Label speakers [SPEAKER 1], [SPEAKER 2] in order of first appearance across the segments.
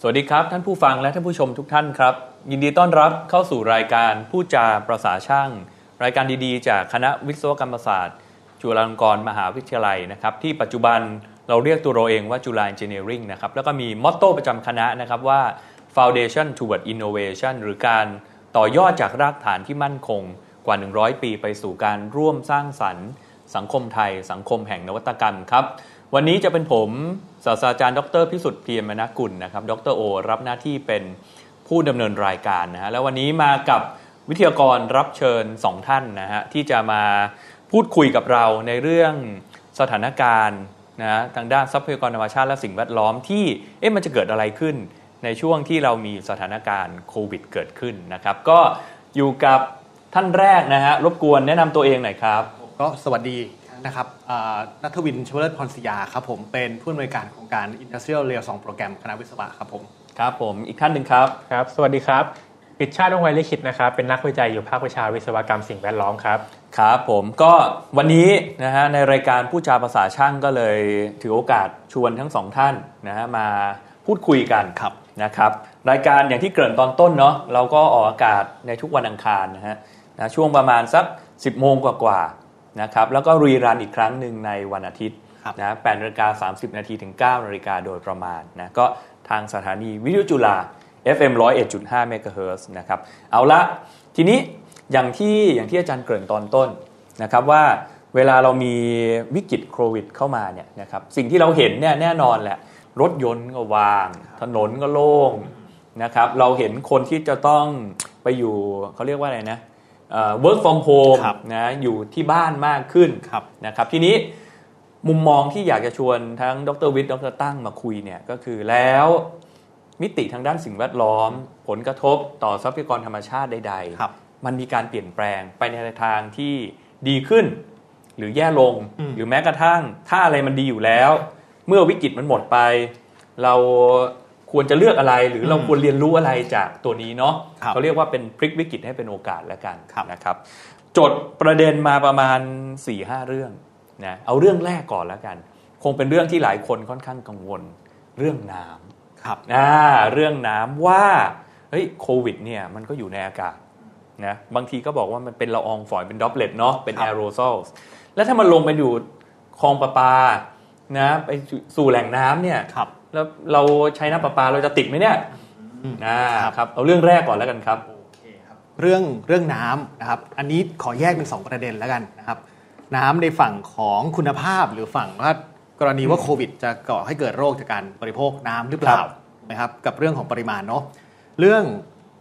[SPEAKER 1] สวัสดีครับ ท่านผู้ฟังและท่านผู้ชมทุกท่านครับ ยินดีต้อนรับเข้าสู่รายการผู้จาประสาช่าง รายการดีๆ จากคณะวิศวกรรมศาสตร์ จุฬาลงกรณ์มหาวิทยาลัยนะครับ ที่ปัจจุบันเราเรียกตัวเราเองว่าจุฬา Engineering นะครับ แล้วก็มีมอตโต้ประจำคณะนะครับว่า Foundation toward Innovation หรือการต่อยอดจากรากฐานที่มั่นคงกว่า 100 ปีไปสู่การร่วมสร้างสรรค์ สังคมไทย สังคมแห่งนวัตกรรมครับ วันนี้จะเป็นผมศาสตราจารย์ดรพิสุทธิ์เพียรมนกุลนะครับดรโอ รับหน้าที่เป็นผู้ดำเนินรายการนะฮะแล้ววันนี้มากับวิทยากรรับเชิญ 2 ท่านนะฮะที่จะมาพูดคุยกับเราในเรื่องสถานการณ์นะฮะทางด้านทรัพยากรธรรมชาติและสิ่งแวดล้อมที่เอ๊ะมันจะเกิดอะไรขึ้น ในช่วงที่เรามีสถานการณ์โควิดเกิดขึ้นนะครับก็อยู่กับท่านแรกนะฮะรบกวนแนะนำตัวเองหน่อยครับ
[SPEAKER 2] ก็สวัสดีนะครับอ่านัทวินชเวลิศพรศรียาครับผมเป็นผู้อำนวยการโครงการ Industrial Rail 2 โปรแกรม คณะวิศวะครับผม
[SPEAKER 1] ครับผมอีกท่านหนึ่งครับ
[SPEAKER 3] ครับ สวัสดีครับ ปิดชาติวงไวลิขิตนะครับ เป็นนักวิจัยอยู่ภาควิชาวิศวกรรมสิ่งแวดล้อมครับ
[SPEAKER 1] ครับผมก็วันนี้นะฮะในรายการผู้จาภาษาช่างก็เลยถือโอกาสชวนทั้งสองท่านนะฮะมาพูดคุยกัน
[SPEAKER 2] ครับ
[SPEAKER 1] นะครับ รายการอย่างที่เกริ่นตอนต้นเนาะเราก็ออกอากาศในทุกวันอังคารนะฮะนะช่วงประมาณสัก 10 โมงกว่าๆนะครับแล้วก็รีรันอีกครั้งหนึ่งในวันอาทิตย์
[SPEAKER 2] ครับ
[SPEAKER 1] นะ8นาฬิกา30 นาทีถึง9นาฬิกาโดยประมาณนะก็ทางสถานีวิทยุจุฬา FM 101.5เมกะเฮิร์นะครับเอาละทีนี้ อย่างที่อย่างที่อาจารย์เกริ่นตอนต้นนะครับว่าเวลาเรามีวิกฤตโควิดเข้ามาเนี่ยนะครับสิ่งที่เราเห็นเนี่ยแน่นอนแหละ รถยนต์ก็ว่าง ถนนก็โล่งนะครับเราเห็นคนที่จะต้องไปอยู่เขาเรียกว่าอะไรนะเอ่อ work from home
[SPEAKER 2] ครับ
[SPEAKER 1] นะอยู่ที่บ้านมากขึ้น
[SPEAKER 2] ครับ
[SPEAKER 1] นะครับทีนี้มุมมองที่อยากจะชวนทั้งดรวิทย์ดรตั้งมาคุยเนี่ยก็คือแล้วมิติทางด้านสิ่งแวดล้อม ผลกระทบต่อทรัพยากรธรรมชาติใด ๆ
[SPEAKER 2] ครับ
[SPEAKER 1] มันมีการเปลี่ยนแปลงไปในทางที่ดีขึ้น หรือแย่ลง
[SPEAKER 2] อืม
[SPEAKER 1] หรือแม้กระทั่ง ถ้าอะไรมันดีอยู่แล้ว เมื่อวิกฤตมันหมดไป เราควรจะเลือกอะไร หรือเราควรเรียนรู้อะไรจากตัวนี้เนาะ
[SPEAKER 2] ครับ
[SPEAKER 1] เขาเรียกว่าเป็นพลิกวิกฤตให้เป็นโอกาสแล้วกัน
[SPEAKER 2] ครับ
[SPEAKER 1] นะครับจดประเด็นมาประมาณ4ี่ห้าเรื่องนะเอาเรื่องแรกก่อนแล้วกัน คงเป็นเรื่องที่หลายคนค่อนข้างกังวลเรื่องน้ำ
[SPEAKER 2] ครับ
[SPEAKER 1] อ่าเรื่องน้ำว่าเฮ้ยโควิดเนี่ยมันก็อยู่ในอากาศนะบางทีก็บอกว่ามันเป็นละอองฝอยเป็นด็อปเลตเนาะเป็น
[SPEAKER 2] ครั
[SPEAKER 1] แอบ โรซอลแล้วถ้ามันลงไปอยู่คลองประปานะไปสู่แหล่งน้ำเนี่ย
[SPEAKER 2] ครับ
[SPEAKER 1] แล้วเราใช้น้ำประปาเราจะติดไหมเนี่ย
[SPEAKER 2] อืม
[SPEAKER 1] อ่าครับเอาเรื่องแรกก่อนแล้วกันครับ
[SPEAKER 2] เรื่องเรื่องน้ำนะครับ อันนี้ขอแยกเป็น 2 ประเด็นแล้วกันนะครับ น้ำในฝั่งของคุณภาพหรือฝั่งว่ากรณีว่าโควิด จะก่อให้เกิดโรคจากการบริโภคน้ำหรือเปล่า
[SPEAKER 1] ครับ
[SPEAKER 2] นะครับ กับเรื่องของปริมาณเนาะเรื่อง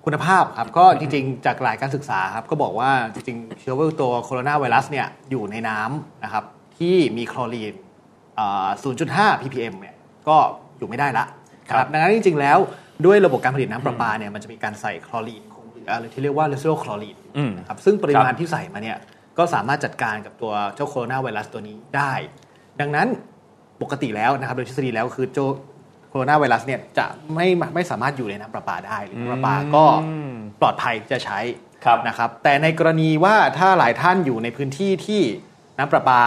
[SPEAKER 2] คุณภาพครับก็จริงๆ จากหลายการศึกษาครับก็บอกว่าจริงๆเชื้อตัวโคโรนาไวรัสเนี่ยอยู่ในน้ำนะครับที่มีคลอรีนอ่า0.5 ppm เนี่ยก็อยู่ไม่ได้ละ
[SPEAKER 1] ค
[SPEAKER 2] ค
[SPEAKER 1] รั
[SPEAKER 2] รับ บ ดังนั้นจริงๆ แล้วด้วยระบบการผลิตน้ำประปาเนี่ยมันจะมีการใส่คลอรีนคงเหลือหรือที่เรียกว่าเรซิโอคลอรีน
[SPEAKER 1] อืม
[SPEAKER 2] นะครับซึ่งปริมา
[SPEAKER 1] ค
[SPEAKER 2] ณ
[SPEAKER 1] รับ
[SPEAKER 2] ที่ใส่มาเนี่ยก็สามารถจัดการกับตัวเจ้าโคโรนาไวรัสตัวนี้ได้ ดังนั้นปกติแล้วนะครับโดยทฤษฎีแล้วคือเจ้าโคโรนาไวรัสเนี่ยจะไม่ไม่สามารถอยู่ในน้ำประปาได้ หรือน้ำประปาก็
[SPEAKER 1] อืม
[SPEAKER 2] ปลอดภัยจะใช้
[SPEAKER 1] ครับ
[SPEAKER 2] นะครับแต่ในกรณีว่าถ้าหลายท่านอยู่ในพื้นที่ที่น้ำประปา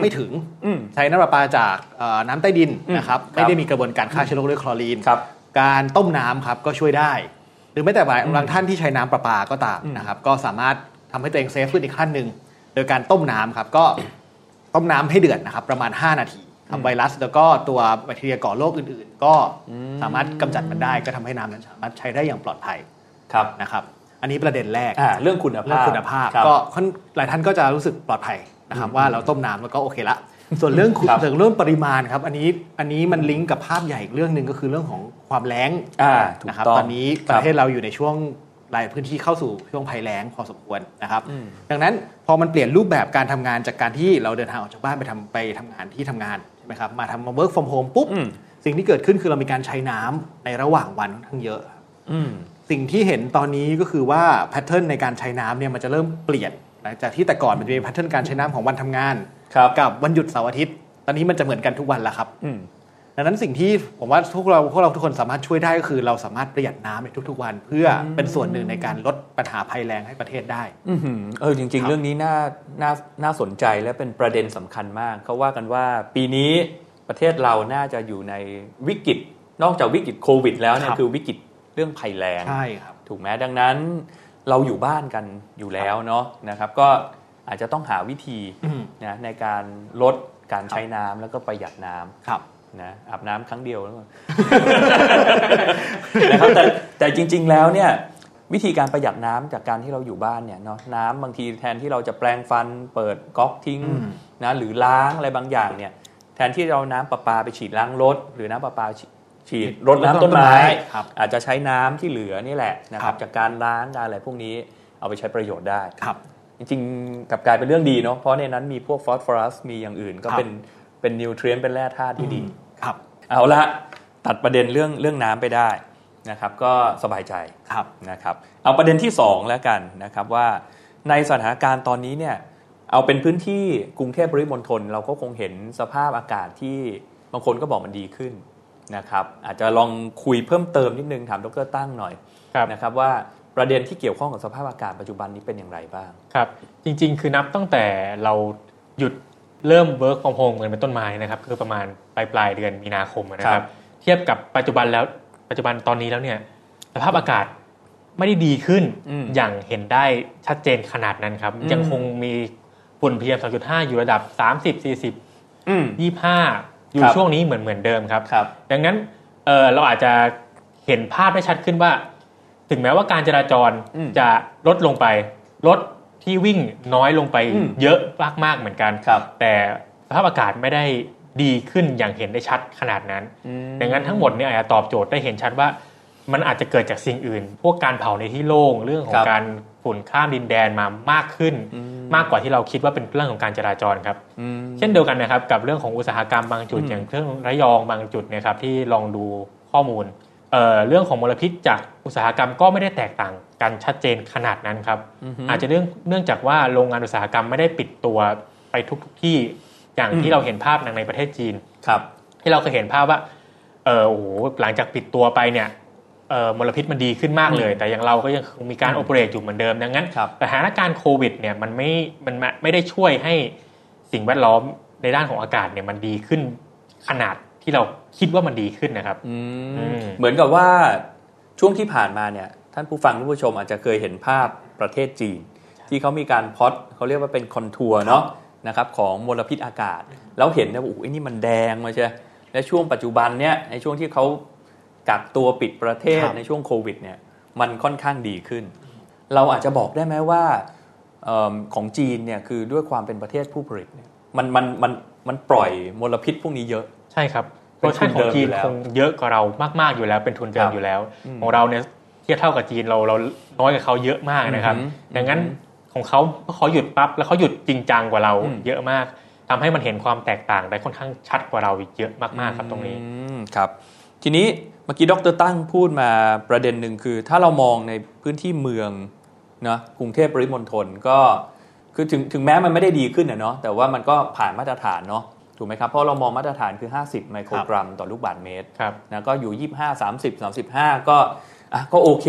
[SPEAKER 2] ไม่ถึง
[SPEAKER 1] อืม
[SPEAKER 2] ใช้น้ำประปาจากเอ่อน้ำใต้ดิน
[SPEAKER 1] อืม
[SPEAKER 2] นะครับ
[SPEAKER 1] ครับ
[SPEAKER 2] ไม่ได้มีกระบวนการฆ่าเชื้อโรคด้วยคลอรีน
[SPEAKER 1] ครับ
[SPEAKER 2] การต้มน้ำครับก็ช่วยได้ หรือแม้แต่บางท่านที่ใช้น้ำประปาก็ตามนะครับก็สามารถทำให้ตัวเองเซฟขึ้นอีกขั้นหนึ่งโดยการต้มน้ำครับก็ต้มน้ำให้เดือดนะครับประมาณ 5 นาทีครับไวรัสแล้วก็ตัวแบคทีเรียก่อโรคอื่นๆ ก็สามารถกำจัดมันได้ก็ทำให้น้ำนั้นสามารถใช้ได้อย่างปลอดภัย
[SPEAKER 1] ครับ
[SPEAKER 2] นะครับอันนี้ประเด็นแรก
[SPEAKER 1] อ่าเรื่องคุณ
[SPEAKER 2] เรื่อง
[SPEAKER 1] ภาพ
[SPEAKER 2] คุณภาพ
[SPEAKER 1] ครับ
[SPEAKER 2] ก็ค่อนหลายท่านก็จะรู้สึกปลอดภัยนะครับว่าเราต้มน้ำแล้วก็โอเคละ ส่วนเรื่องคุณ
[SPEAKER 1] ครับ
[SPEAKER 2] ส่วนเรื่องปริมาณครับอันนี้อันนี้มันลิงก์กับภาพใหญ่อีกเรื่องหนึ่งก็คือเรื่องของความแล้ง
[SPEAKER 1] อ่าถูก
[SPEAKER 2] นะครับ
[SPEAKER 1] ต้อง
[SPEAKER 2] ตอนนี้
[SPEAKER 1] คบ
[SPEAKER 2] ประเทศเราอยู่ในช่วงหลายพื้นที่เข้าสู่ช่วงภัยแล้งพอสมควรนะครับ
[SPEAKER 1] อืม
[SPEAKER 2] ดังนั้นพอมันเปลี่ยนรูปแบบการทำงานจากการที่เราเดินทางออกจากบ้านไปทำไปทำงานที่ทำงานใช่ไหมครับมาทำมา work from home ปุ๊บ
[SPEAKER 1] อืม
[SPEAKER 2] สิ่งที่เกิดขึ้นคือเรามีการใช้น้ำในระหว่างวันค่อนข้างเยอะ
[SPEAKER 1] อืม
[SPEAKER 2] สิ่งที่เห็นตอนนี้ก็คือว่าแพทเทิร์นในการใช้น้ำเนี่ยมันจะเริ่มเปลี่ยน หลังจากที่แต่ก่อนมันจะเป็นแพทเทิร์นการใช้น้ำของวันทำงาน
[SPEAKER 1] ครับ
[SPEAKER 2] กับวันหยุดเสาร์อาทิตย์ ตอนนี้มันจะเหมือนกันทุกวันแล้วครับ
[SPEAKER 1] อืม
[SPEAKER 2] ดังนั้นสิ่งที่ผมว่าพวกเราพวกเราทุกคนสามารถช่วยได้ก็คือเราสามารถประหยัดน้ำในทุกๆวัน เพื่อเป็นส่วนหนึ่งในการลดปัญหาภัยแล้งให้ประเทศได้
[SPEAKER 1] อื้อหือเออจริง
[SPEAKER 2] ครั
[SPEAKER 1] ๆ
[SPEAKER 2] บ
[SPEAKER 1] เรื่องนี้น่าน่าน่าสนใจและเป็นประเด็นสำคัญมากเขาว่ากันว่าปีนี้ประเทศเราน่าจะอยู่ในวิกฤต นอกจากวิกฤตโควิด แล้วเนี่ย
[SPEAKER 2] ครับ
[SPEAKER 1] คือวิกฤตเรื่องภัยแรง
[SPEAKER 2] ใช่ครับ
[SPEAKER 1] ถูกไหมดังนั้นเราอยู่บ้านกันอยู่แล้วเนาะนะครับ ก็อาจจะต้องหาวิธี
[SPEAKER 2] อืม
[SPEAKER 1] นะในการลดการใช้น้ำแล้วก็ประหยัดน้ำ
[SPEAKER 2] ครับ
[SPEAKER 1] นะอาบน้ำครั้งเดียวแล้วก็ นะครับแต่แต่จริง ๆ แล้วเนี่ยวิธีการประหยัดน้ำจากการที่เราอยู่บ้านเนี่ยเนาะน้ำบางทีแทนที่เราจะแปลงฟันเปิดก๊อกทิ้ง
[SPEAKER 2] อืม
[SPEAKER 1] นะหรือล้างอะไรบางอย่างเนี่ยแทนที่เราน้ำประปาไปฉีดล้างรถ หรือน้ำประปาฉีดฉีดรดน้ำต้นไม้
[SPEAKER 2] ครับ
[SPEAKER 1] อาจจะใช้น้ำที่เหลือนี่แหละนะค
[SPEAKER 2] ครั
[SPEAKER 1] รับบ จากการล้างการอะไรพวกนี้เอาไปใช้ประโยชน์ได้
[SPEAKER 2] ครับ
[SPEAKER 1] จริงๆกลับกลายเป็นเรื่องดีเนาะเพราะในนั้นมีพวกฟอสฟอรัสมีอย่างอื่น ก็
[SPEAKER 2] ครับ
[SPEAKER 1] เป็นเป็นนิวเทรียนเป็นแร่ธาตุที่ดี
[SPEAKER 2] ครับ
[SPEAKER 1] เอาละตัดประเด็นเรื่องเรื่องน้ำไปได้นะครับ ก็สบายใจ
[SPEAKER 2] ครับ
[SPEAKER 1] นะครับ เอาประเด็นที่ 2 แล้วกันนะครับว่าในสถานการณ์ตอนนี้เนี่ยเอาเป็นพื้นที่กรุงเทพปริมณฑลเราก็คงเห็นสภาพอากาศที่บางคนก็บอกมันดีขึ้นนะครับ อาจจะลองคุยเพิ่มเติมนิดนึงถามดรตั้งหน่อย
[SPEAKER 3] ครับ
[SPEAKER 1] นะครับว่าประเด็นที่เกี่ยวข้องกับสภาพอากาศปัจจุบันนี้เป็นอย่างไรบ้าง
[SPEAKER 3] ครับ จริงๆ คือนับตั้งแต่เราหยุดเริ่ม work from home กันเป็นต้นไม้นะครับ คือประมาณปลายปลายๆเดือนมีนาคมนะ
[SPEAKER 1] ค
[SPEAKER 3] ค
[SPEAKER 1] รั
[SPEAKER 3] รับ
[SPEAKER 1] บ
[SPEAKER 3] เทียบกับปัจจุบันแล้วปัจจุบันตอนนี้แล้วเนี่ยสภาพอากาศไม่ได้ดีขึ้น
[SPEAKER 1] อืม
[SPEAKER 3] อย่างเห็นได้ชัดเจนขนาดนั้นครับ
[SPEAKER 1] อืม
[SPEAKER 3] ยังคงมีฝุ่น PM 2.5 อยู่ระดับ 30 40
[SPEAKER 1] อืม
[SPEAKER 3] 25 อยู่
[SPEAKER 1] ครับ
[SPEAKER 3] ช่วงนี้เหมือนเหมือนเดิมครับ
[SPEAKER 1] ครับ
[SPEAKER 3] ดังนั้นเอ่อเราอาจจะเห็นภาพได้ชัดขึ้นว่า ถึงแม้ว่าการจราจรจะลดลงไปรถที่วิ่งน้อยลงไปเยอะมากๆเหมือนกัน
[SPEAKER 1] ครับ
[SPEAKER 3] แต่สภาพอากาศไม่ได้ดีขึ้นอย่างเห็นได้ชัดขนาดนั้น
[SPEAKER 1] อืม
[SPEAKER 3] ดังนั้นทั้งหมดเนี่ยอาจจะตอบโจทย์ได้เห็นชัดว่า มันอาจจะเกิดจากสิ่งอื่น พวกการเผาในที่โล่งเรื่องข
[SPEAKER 1] ค
[SPEAKER 3] อง
[SPEAKER 1] รับ
[SPEAKER 3] การฝุ่นข้ามดินแดนมามากขึ้น
[SPEAKER 1] อืม
[SPEAKER 3] มากกว่าที่เราคิดว่าเป็นเรื่องของการจราจรครับ
[SPEAKER 1] อืม
[SPEAKER 3] เช่นเดียวกันนะครับกับเรื่องของอุตสาหกรรมบางจุด
[SPEAKER 1] อืม
[SPEAKER 3] อย่างเครื่องระยองบางจุดเนะครับที่ลองดูข้อมูลเอ่อเรื่องของมลพิษจากอุตสาหกรรมก็ไม่ได้แตกต่างกันชัดเจนขนาดนั้นครับ
[SPEAKER 1] อือฮึ
[SPEAKER 3] อาจจะเรื่องเนื่องจากว่าโรงงานอุตสาหกรรมไม่ได้ปิดตัวไปทุกทที่อย่าง
[SPEAKER 1] อืม
[SPEAKER 3] ที่เราเห็นภาพในประเทศจีน
[SPEAKER 1] ครับ
[SPEAKER 3] ที่เราเคยเห็นภาพว่าเออโอ้โหหลังจากปิดตัวไปเนี่ยเออมลพิษมันดีขึ้นมากเลย แต่อย่างเราก็ยังคงมีการโอเปเรตอยู่เหมือนเดิมดังนั้น
[SPEAKER 1] ครับ
[SPEAKER 3] สถานการณ์โควิดเนี่ยมันไม่มันไม่ไม่ได้ช่วยให้สิ่งแวดล้อมในด้านของอากาศเนี่ยมันดีขึ้นขนาดที่เราคิดว่ามันดีขึ้นนะครับ
[SPEAKER 1] อืม
[SPEAKER 3] อืม
[SPEAKER 1] เหมือนกับว่าช่วงที่ผ่านมาเนี่ยท่านผู้ฟังท่านผู้ชมอาจจะเคยเห็นภาพประเทศจีน ที่เขามีการพล็อดเขาเรียกว่าเป็นคอนทัวร์เนาะนะครับของมลพิษอากาศ แล้วเห็นนะโอ้โหไอ้นี่มันแดงมาใช่และช่วงปัจจุบันเนี่ยในช่วงที่เขากักตัวปิดประเทศ
[SPEAKER 2] ครับ
[SPEAKER 1] ในช่วงโควิดเนี่ยมันค่อนข้างดีขึ้น เราอาจจะบอกได้ไหมว่าเอมของจีนเนี่ยคือด้วยความเป็นประเทศผู้ผลิตเนี่ยมันมันมันมันปล่อยมลพิษพวกนี้เยอะ
[SPEAKER 3] ใช่ครับโป
[SPEAKER 1] เป็
[SPEAKER 3] ร
[SPEAKER 1] น
[SPEAKER 3] โมชั่นของ
[SPEAKER 1] ทุนเดิม
[SPEAKER 3] จี
[SPEAKER 1] อยู่
[SPEAKER 3] น
[SPEAKER 1] แล้ว
[SPEAKER 3] คงเยอะกว่าเรามากๆอยู่แล้วเป็นทุนเดิ
[SPEAKER 1] ครั
[SPEAKER 3] ม
[SPEAKER 1] บ
[SPEAKER 3] อยู่แล้ว ของเราเนี่ยเทียบเท่ากับจีนเราเราน้อยกว่าเขาเยอะมากนะครับ
[SPEAKER 1] อือหือ
[SPEAKER 3] ดังนั้นของเขาเขาหยุดปั๊บแล้วเขาหยุดจริงจังกว่าเรา
[SPEAKER 1] อืม
[SPEAKER 3] เยอะมากทำให้มันเห็นความแตกต่างได้ค่อนข้างชัดกว่าเราเยอะมากๆครับตรงนี้
[SPEAKER 1] อืมครับ ทีนี้เมื่อกี้ดรตั้งพูดมาประเด็นหนึ่งคือ ถ้าเรามองในพื้นที่เมืองนะกรุงเทพปริมณฑลก็คือถึงถึงแม้มันไม่ได้ดีขึ้นนะเนาะแต่ว่ามันก็ผ่านมาตรฐานเนาะถูกไหมครับ เพราะเรามองมาตรฐานคือ 50 ไมโครกรัมต่อลูกบาศก์เมตร
[SPEAKER 3] ครับ
[SPEAKER 1] นะก็อยู่ 25 30 35 ก็อ่ะก็โอเค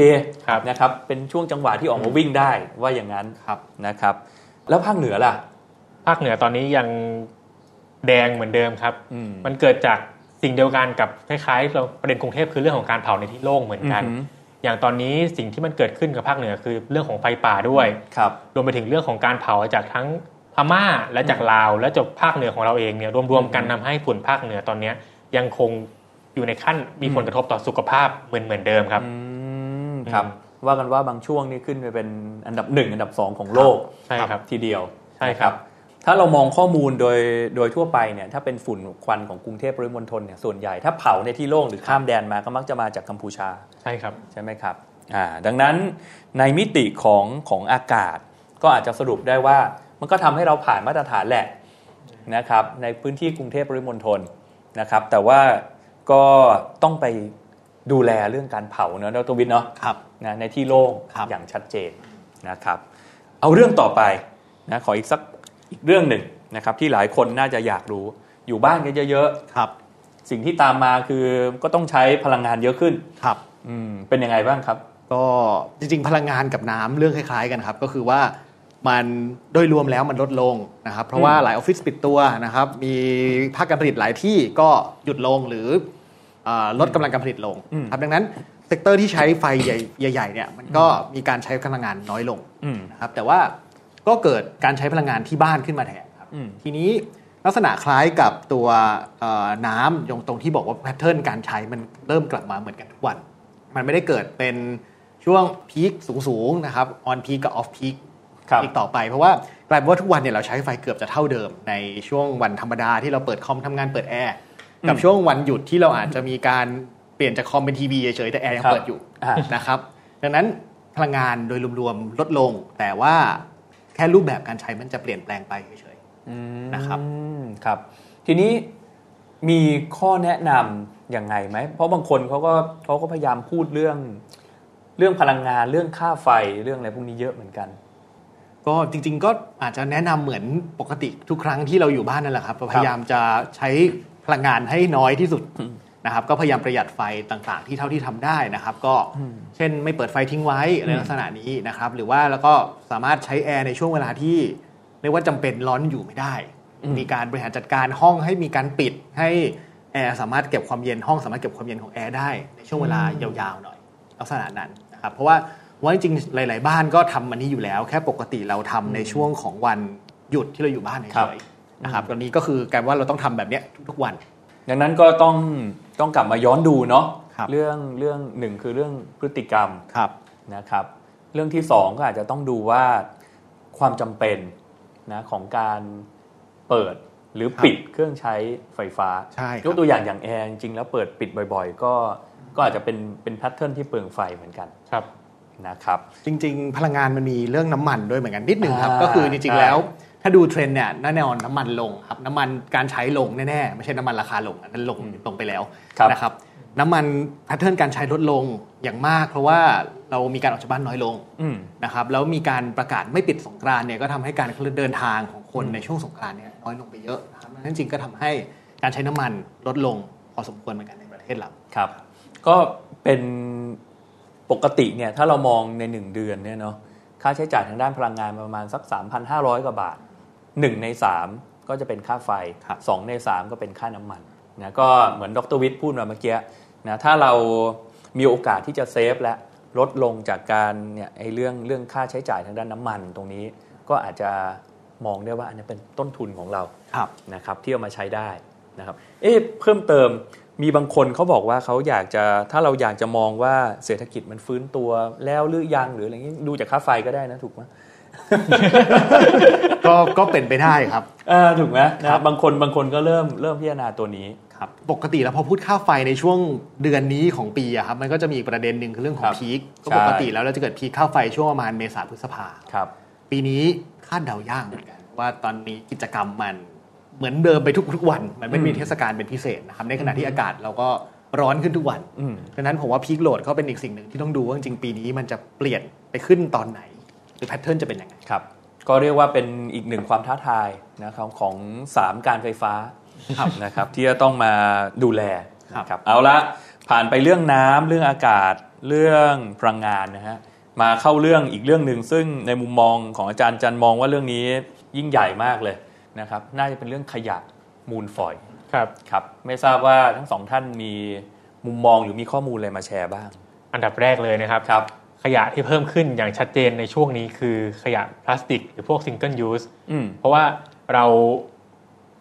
[SPEAKER 3] ครับ
[SPEAKER 1] นะครับเป็นช่วงจังหวะที่ออกมาวิ่งได้ว่าอย่างนั้น
[SPEAKER 2] ครับ
[SPEAKER 1] นะครับ แล้วภาคเหนือล่ะ
[SPEAKER 3] ภาคเหนือตอนนี้ยังแดงเหมือนเดิมครับ
[SPEAKER 1] อืม
[SPEAKER 3] มันเกิดจากสิ่งเดียวกันกับคล้ายๆเราประเด็นกรุงเทพคือเรื่องของการเผาในที่โล่งเหมือนกัน
[SPEAKER 1] อือหือ
[SPEAKER 3] อย่างตอนนี้สิ่งที่มันเกิดขึ้นกับภาคเหนือคือเรื่องของไฟป่าด้วย
[SPEAKER 1] ครับ
[SPEAKER 3] รวมไปถึงเรื่องของการเผาจากทั้งพม่าและจากลาว และจากภาคเหนือของเราเองเนี่ยรวมๆกันทำให้ฝุ่นภาคเหนือตอนเนี้ยยังคงอยู่ในขั้นมีผลกระทบต่อสุขภาพเหมือนเหมือนเดิมครับ
[SPEAKER 1] อืมครับ
[SPEAKER 3] อื
[SPEAKER 1] ว่ากันว่าบางช่วงนี่ขึ้นไปเป็นอันดับหนึ่งอันดับสองของโลก
[SPEAKER 3] ใช่ครับ
[SPEAKER 1] ทีเดียว
[SPEAKER 3] ใช่ครับ
[SPEAKER 1] นะถ้าเรามองข้อมูลโดยโดยทั่วไปเนี่ยถ้าเป็นฝุ่นควันของกรุงเทพปริมณฑลเนี่ยส่วนใหญ่ถ้าเผาในที่โล่งหรือข้ามแดนมาก็มักจะมาจากกัมพูชา
[SPEAKER 3] ใช่ครับ
[SPEAKER 1] ใช่ไหมครับอ่าดังนั้นในมิติของของอากาศ ก็อาจจะสรุปได้ว่ามันก็ทำให้เราผ่านมาตรฐานแหละนะครับในพื้นที่กรุงเทพปริมณฑลนะครับ แต่ว่าก็ต้องไปดูแลเรื่องการเผาเนอะดรวิทย์เนาะ
[SPEAKER 2] ครับ
[SPEAKER 1] นะในที่โล่ง
[SPEAKER 2] ครับ
[SPEAKER 1] อย่างชัดเจนนะครับ เอาเรื่องต่อไปนะขออีกสักอีกเรื่องหนึ่งนะครับที่หลายคนน่าจะอยากรู้อยู่บ้านกันเยอะ
[SPEAKER 2] ครับ
[SPEAKER 1] ๆ สิ่งที่ตามมาคือก็ต้องใช้พลังงานเยอะขึ้น
[SPEAKER 2] ครับ
[SPEAKER 1] อืมเป็นยังไงบ้างครับ
[SPEAKER 2] ก็จริงๆ พลังงานกับน้ำเรื่องคล้ายๆ กันครับ ก็คือว่ามันโดยรวมแล้วมันลดลงนะครับ เพราะว่าหลายออฟฟิศปิดตัวนะครับ มีภาคการผลิตหลายที่ก็หยุดลงหรือ เอ่อลดกำลังการผลิตลง
[SPEAKER 1] อืม
[SPEAKER 2] ครับดังนั้นเซกเตอร์ที่ใช้ไฟใหญ่ใหญ่ๆเนี่ยมันก็มีการใช้พลังงานน้อยลง
[SPEAKER 1] อืม
[SPEAKER 2] นะครับแต่ว่าก็เกิดการใช้พลังงานที่บ้านขึ้นมาแทนครับ
[SPEAKER 1] อืม
[SPEAKER 2] ทีนี้ลักษณะคล้ายกับตัวเอ่อน้ำยงตรงที่บอกว่าแพทเทิร์นการใช้มันเริ่มกลับมาเหมือนกันทุกวัน มันไม่ได้เกิดเป็นช่วงพีคสูงๆนะครับออนพีคกับออฟพีค
[SPEAKER 1] ครับ
[SPEAKER 2] อีกต่อไป เพราะว่ากลายเป็นว่าทุกวันเนี่ยเราใช้ไฟเกือบจะเท่าเดิม ในช่วงวันธรรมดาที่เราเปิดคอมทำงานเปิดแอร์กับ
[SPEAKER 1] อืม
[SPEAKER 2] ช่วงวันหยุดที่เราอาจจะมีการเปลี่ยนจากคอมเป็นทีวีเฉยๆแต่แอร์ยัง
[SPEAKER 1] ครับ
[SPEAKER 2] เปิดอยู่
[SPEAKER 1] อ่า
[SPEAKER 2] นะครับดังนั้นพลังงานโดยรวมๆลดลง แต่ว่าแค่รูปแบบการใช้มันจะเปลี่ยนแปลงไปเฉย นะครับ
[SPEAKER 1] อืมครับ ทีนี้มีข้อแนะนำยังไงไหม เพราะบางคนเขาก็เขาก็พยายามพูดเรื่อง เรื่องพลังงานเรื่องค่าไฟเรื่องอะไรพวกนี้เยอะเหมือนกัน
[SPEAKER 2] ๆก็จริงๆก็อาจจะแนะนำเหมือนปกติทุกครั้งที่เราอยู่บ้านนั่นแหละครับพยายามจะใช้พลังงานให้น้อยที่สุดนะครับก็พยายามประหยัดไฟต่างๆ ที่เท่าที่ทำได้นะครับ ก็เช่นไม่เปิดไฟทิ้งไว้อะไรลักษณะนี้นะครับหรือว่าแล้วก็สามารถใช้แอร์ในช่วงเวลาที่เรียกว่าจำเป็นร้อนอยู่ไม่ได้
[SPEAKER 1] อืม
[SPEAKER 2] มีการบริหารจัดการห้องให้มีการปิดให้แอร์สามารถเก็บความเย็นห้องสามารถเก็บความเย็นของแอร์ได้ในช่วงเวลายาวๆหน่อยลักษณะนั้นนะครับเพราะว่าว่าจริงๆหลาย ๆ บ้านก็ทำมันนี้อยู่แล้ว แค่ปกติเราทำในช่วงของวันหยุดที่เราอยู่บ้าน
[SPEAKER 1] ครั
[SPEAKER 2] เฉ
[SPEAKER 1] บ
[SPEAKER 2] ยๆนะครับตอนนี้ก็คือกลายว่าเราต้องทำแบบเนี้ยทุกๆวัน
[SPEAKER 1] ดังนั้นก็ต้องต้องกลับมาย้อนดูเนาะ
[SPEAKER 2] ครับ
[SPEAKER 1] เรื่องเรื่องหนึ่งคือเรื่องพฤติกรรม
[SPEAKER 2] ครับ
[SPEAKER 1] นะครับ เรื่องที่สองก็อาจจะต้องดูว่าความจำเป็นนะของการเปิดหรือปิดเครื่องใช้ไฟฟ้า
[SPEAKER 2] ใช่
[SPEAKER 1] ย
[SPEAKER 2] ครั
[SPEAKER 1] ก
[SPEAKER 2] บ
[SPEAKER 1] ตัวอย่างอย่างแอร์จริงๆแล้วเปิดปิดบ่อยๆ ก็ก็อาจจะเป็นเป็นแพทเทิร์นที่เปลืองไฟเหมือนกัน
[SPEAKER 3] ครับ
[SPEAKER 1] นะครับ
[SPEAKER 2] จริง ๆ พลังงานมันมีเรื่องน้ำมันด้วยเหมือนกันนิดหนึ่งครับ
[SPEAKER 1] อ่า
[SPEAKER 2] ก็คือจริง
[SPEAKER 1] ใช่
[SPEAKER 2] ๆแล้ว ถ้าดูเทรนด์เนี่ยแน่นอนน้ำมันลงครับน้ำมันการใช้ลงแน่ๆไม่ใช่น้ำมันราคาลงอันนั้นลงลงไปแล้ว
[SPEAKER 1] ครับ
[SPEAKER 2] นะครับน้ำมันแพทเทิร์นการใช้ลดลงอย่างมาก เพราะว่าเรามีการออกจากบ้านน้อยลง
[SPEAKER 1] อืม
[SPEAKER 2] นะครับแล้วมีการประกาศไม่ปิดสงกรานต์เนี่ยก็ทำให้การเดินทางของคน
[SPEAKER 1] อืม
[SPEAKER 2] ในช่วงสงกรานต์เนี่ยน้อยลงไปเยอะนะครับนั่นจริงก็ทำให้การใช้น้ำมันลดลงพอสมควรเหมือนกันในประเทศเรา
[SPEAKER 1] ครับ ก็เป็นปกติเนี่ยถ้าเรามองใน 1 เดือนเนี่ยเนาะค่าใช้จ่ายทางด้านพลังงานประมาณสัก 3,500 กว่าบาท 1 ใน 3 ก็จะเป็นค่าไฟ
[SPEAKER 2] ครับ
[SPEAKER 1] 2 ใน 3 ก็เป็นค่าน้ำมันนะก็เหมือนดรวิทย์พูดมาเมื่อกี้นะถ้าเรามีโอกาสที่จะเซฟและลดลงจากการเนี่ยไอ้เรื่องเรื่องค่าใช้จ่ายทางด้านน้ำมันตรงนี้ ก็อาจจะมองได้ว่าอันนี้เป็นต้นทุนของเรา
[SPEAKER 2] ครับ
[SPEAKER 1] นะครับที่เอามาใช้ได้นะครับ เอ๊ะเพิ่มเติมมีบางคนเขาบอกว่าเขาอยากจะถ้าเราอยากจะมองว่าเศรษฐกิจมันฟื้นตัวแล้วหรือยังหรืออะไรเงี้ยดูจากค่าไฟก็ได้นะถูกไหม
[SPEAKER 2] ก็ก็เป็นไปได้ครับ
[SPEAKER 1] อ่าถูกไหมนะครับบางคนบางคนก็เริ่มเริ่มพิจารณาตัวนี้
[SPEAKER 2] ครับปกติแล้วพอพูดค่าไฟในช่วงเดือนนี้ของปีอะครับมันก็จะมีอีกประเด็นหนึ่งคือเรื่องขอ
[SPEAKER 1] ครั
[SPEAKER 2] ง
[SPEAKER 1] บ
[SPEAKER 2] พีคก็
[SPEAKER 1] ใช่
[SPEAKER 2] ปกติแล้วเราจะเกิดพีคค่าไฟช่วงประมาณเมษาพฤษภา
[SPEAKER 1] ครับ
[SPEAKER 2] ปีนี้คาดเดายากเหมือนกัน ว่าตอนนี้กิจกรรมมันเหมือนเดิมไปทุกทุกวัน มันไม่มี
[SPEAKER 1] อืม
[SPEAKER 2] เทศกาลเป็นพิเศษนะครับในขณะที่อากาศเราก็ร้อนขึ้นทุกวัน
[SPEAKER 1] อืม
[SPEAKER 2] ดังนั้นผมว่าพีคโหลดก็เป็นอีกสิ่งหนึ่งที่ต้องดูว่าจริงๆปีนี้มันจะเปลี่ยนไปขึ้นตอนไหน หรือแพทเทิร์นจะเป็นยังไง
[SPEAKER 1] ครับ ก็เรียกว่าเป็นอีกหนึ่งความท้าทายนะครับของสามการไฟฟ้า
[SPEAKER 2] ครับ
[SPEAKER 1] นะครับที่จะต้องมาดูแล
[SPEAKER 2] ครับ
[SPEAKER 1] นะครับเอาละผ่านไปเรื่องน้ำเรื่องอากาศเรื่องพลังงานนะฮะมาเข้าเรื่องอีกเรื่องหนึ่งซึ่งในมุมมองของอาจารย์จันมองว่าเรื่องนี้ยิ่งใหญ่มากเลยนะครับน่าจะเป็นเรื่องขยะมูลฝอย
[SPEAKER 3] ครับ
[SPEAKER 1] ครับไม่ทราบว่าทั้งสองท่านมีมุมมองหรือมีข้อมูลอะไรมาแชร์บ้าง
[SPEAKER 3] อันดับแรกเลยนะครับ
[SPEAKER 1] ครับ
[SPEAKER 3] ขยะที่เพิ่มขึ้นอย่างชัดเจนในช่วงนี้คือขยะพลาสติก หรือพวกซิงเกิลยูส
[SPEAKER 1] อืม
[SPEAKER 3] เพราะว่าเรา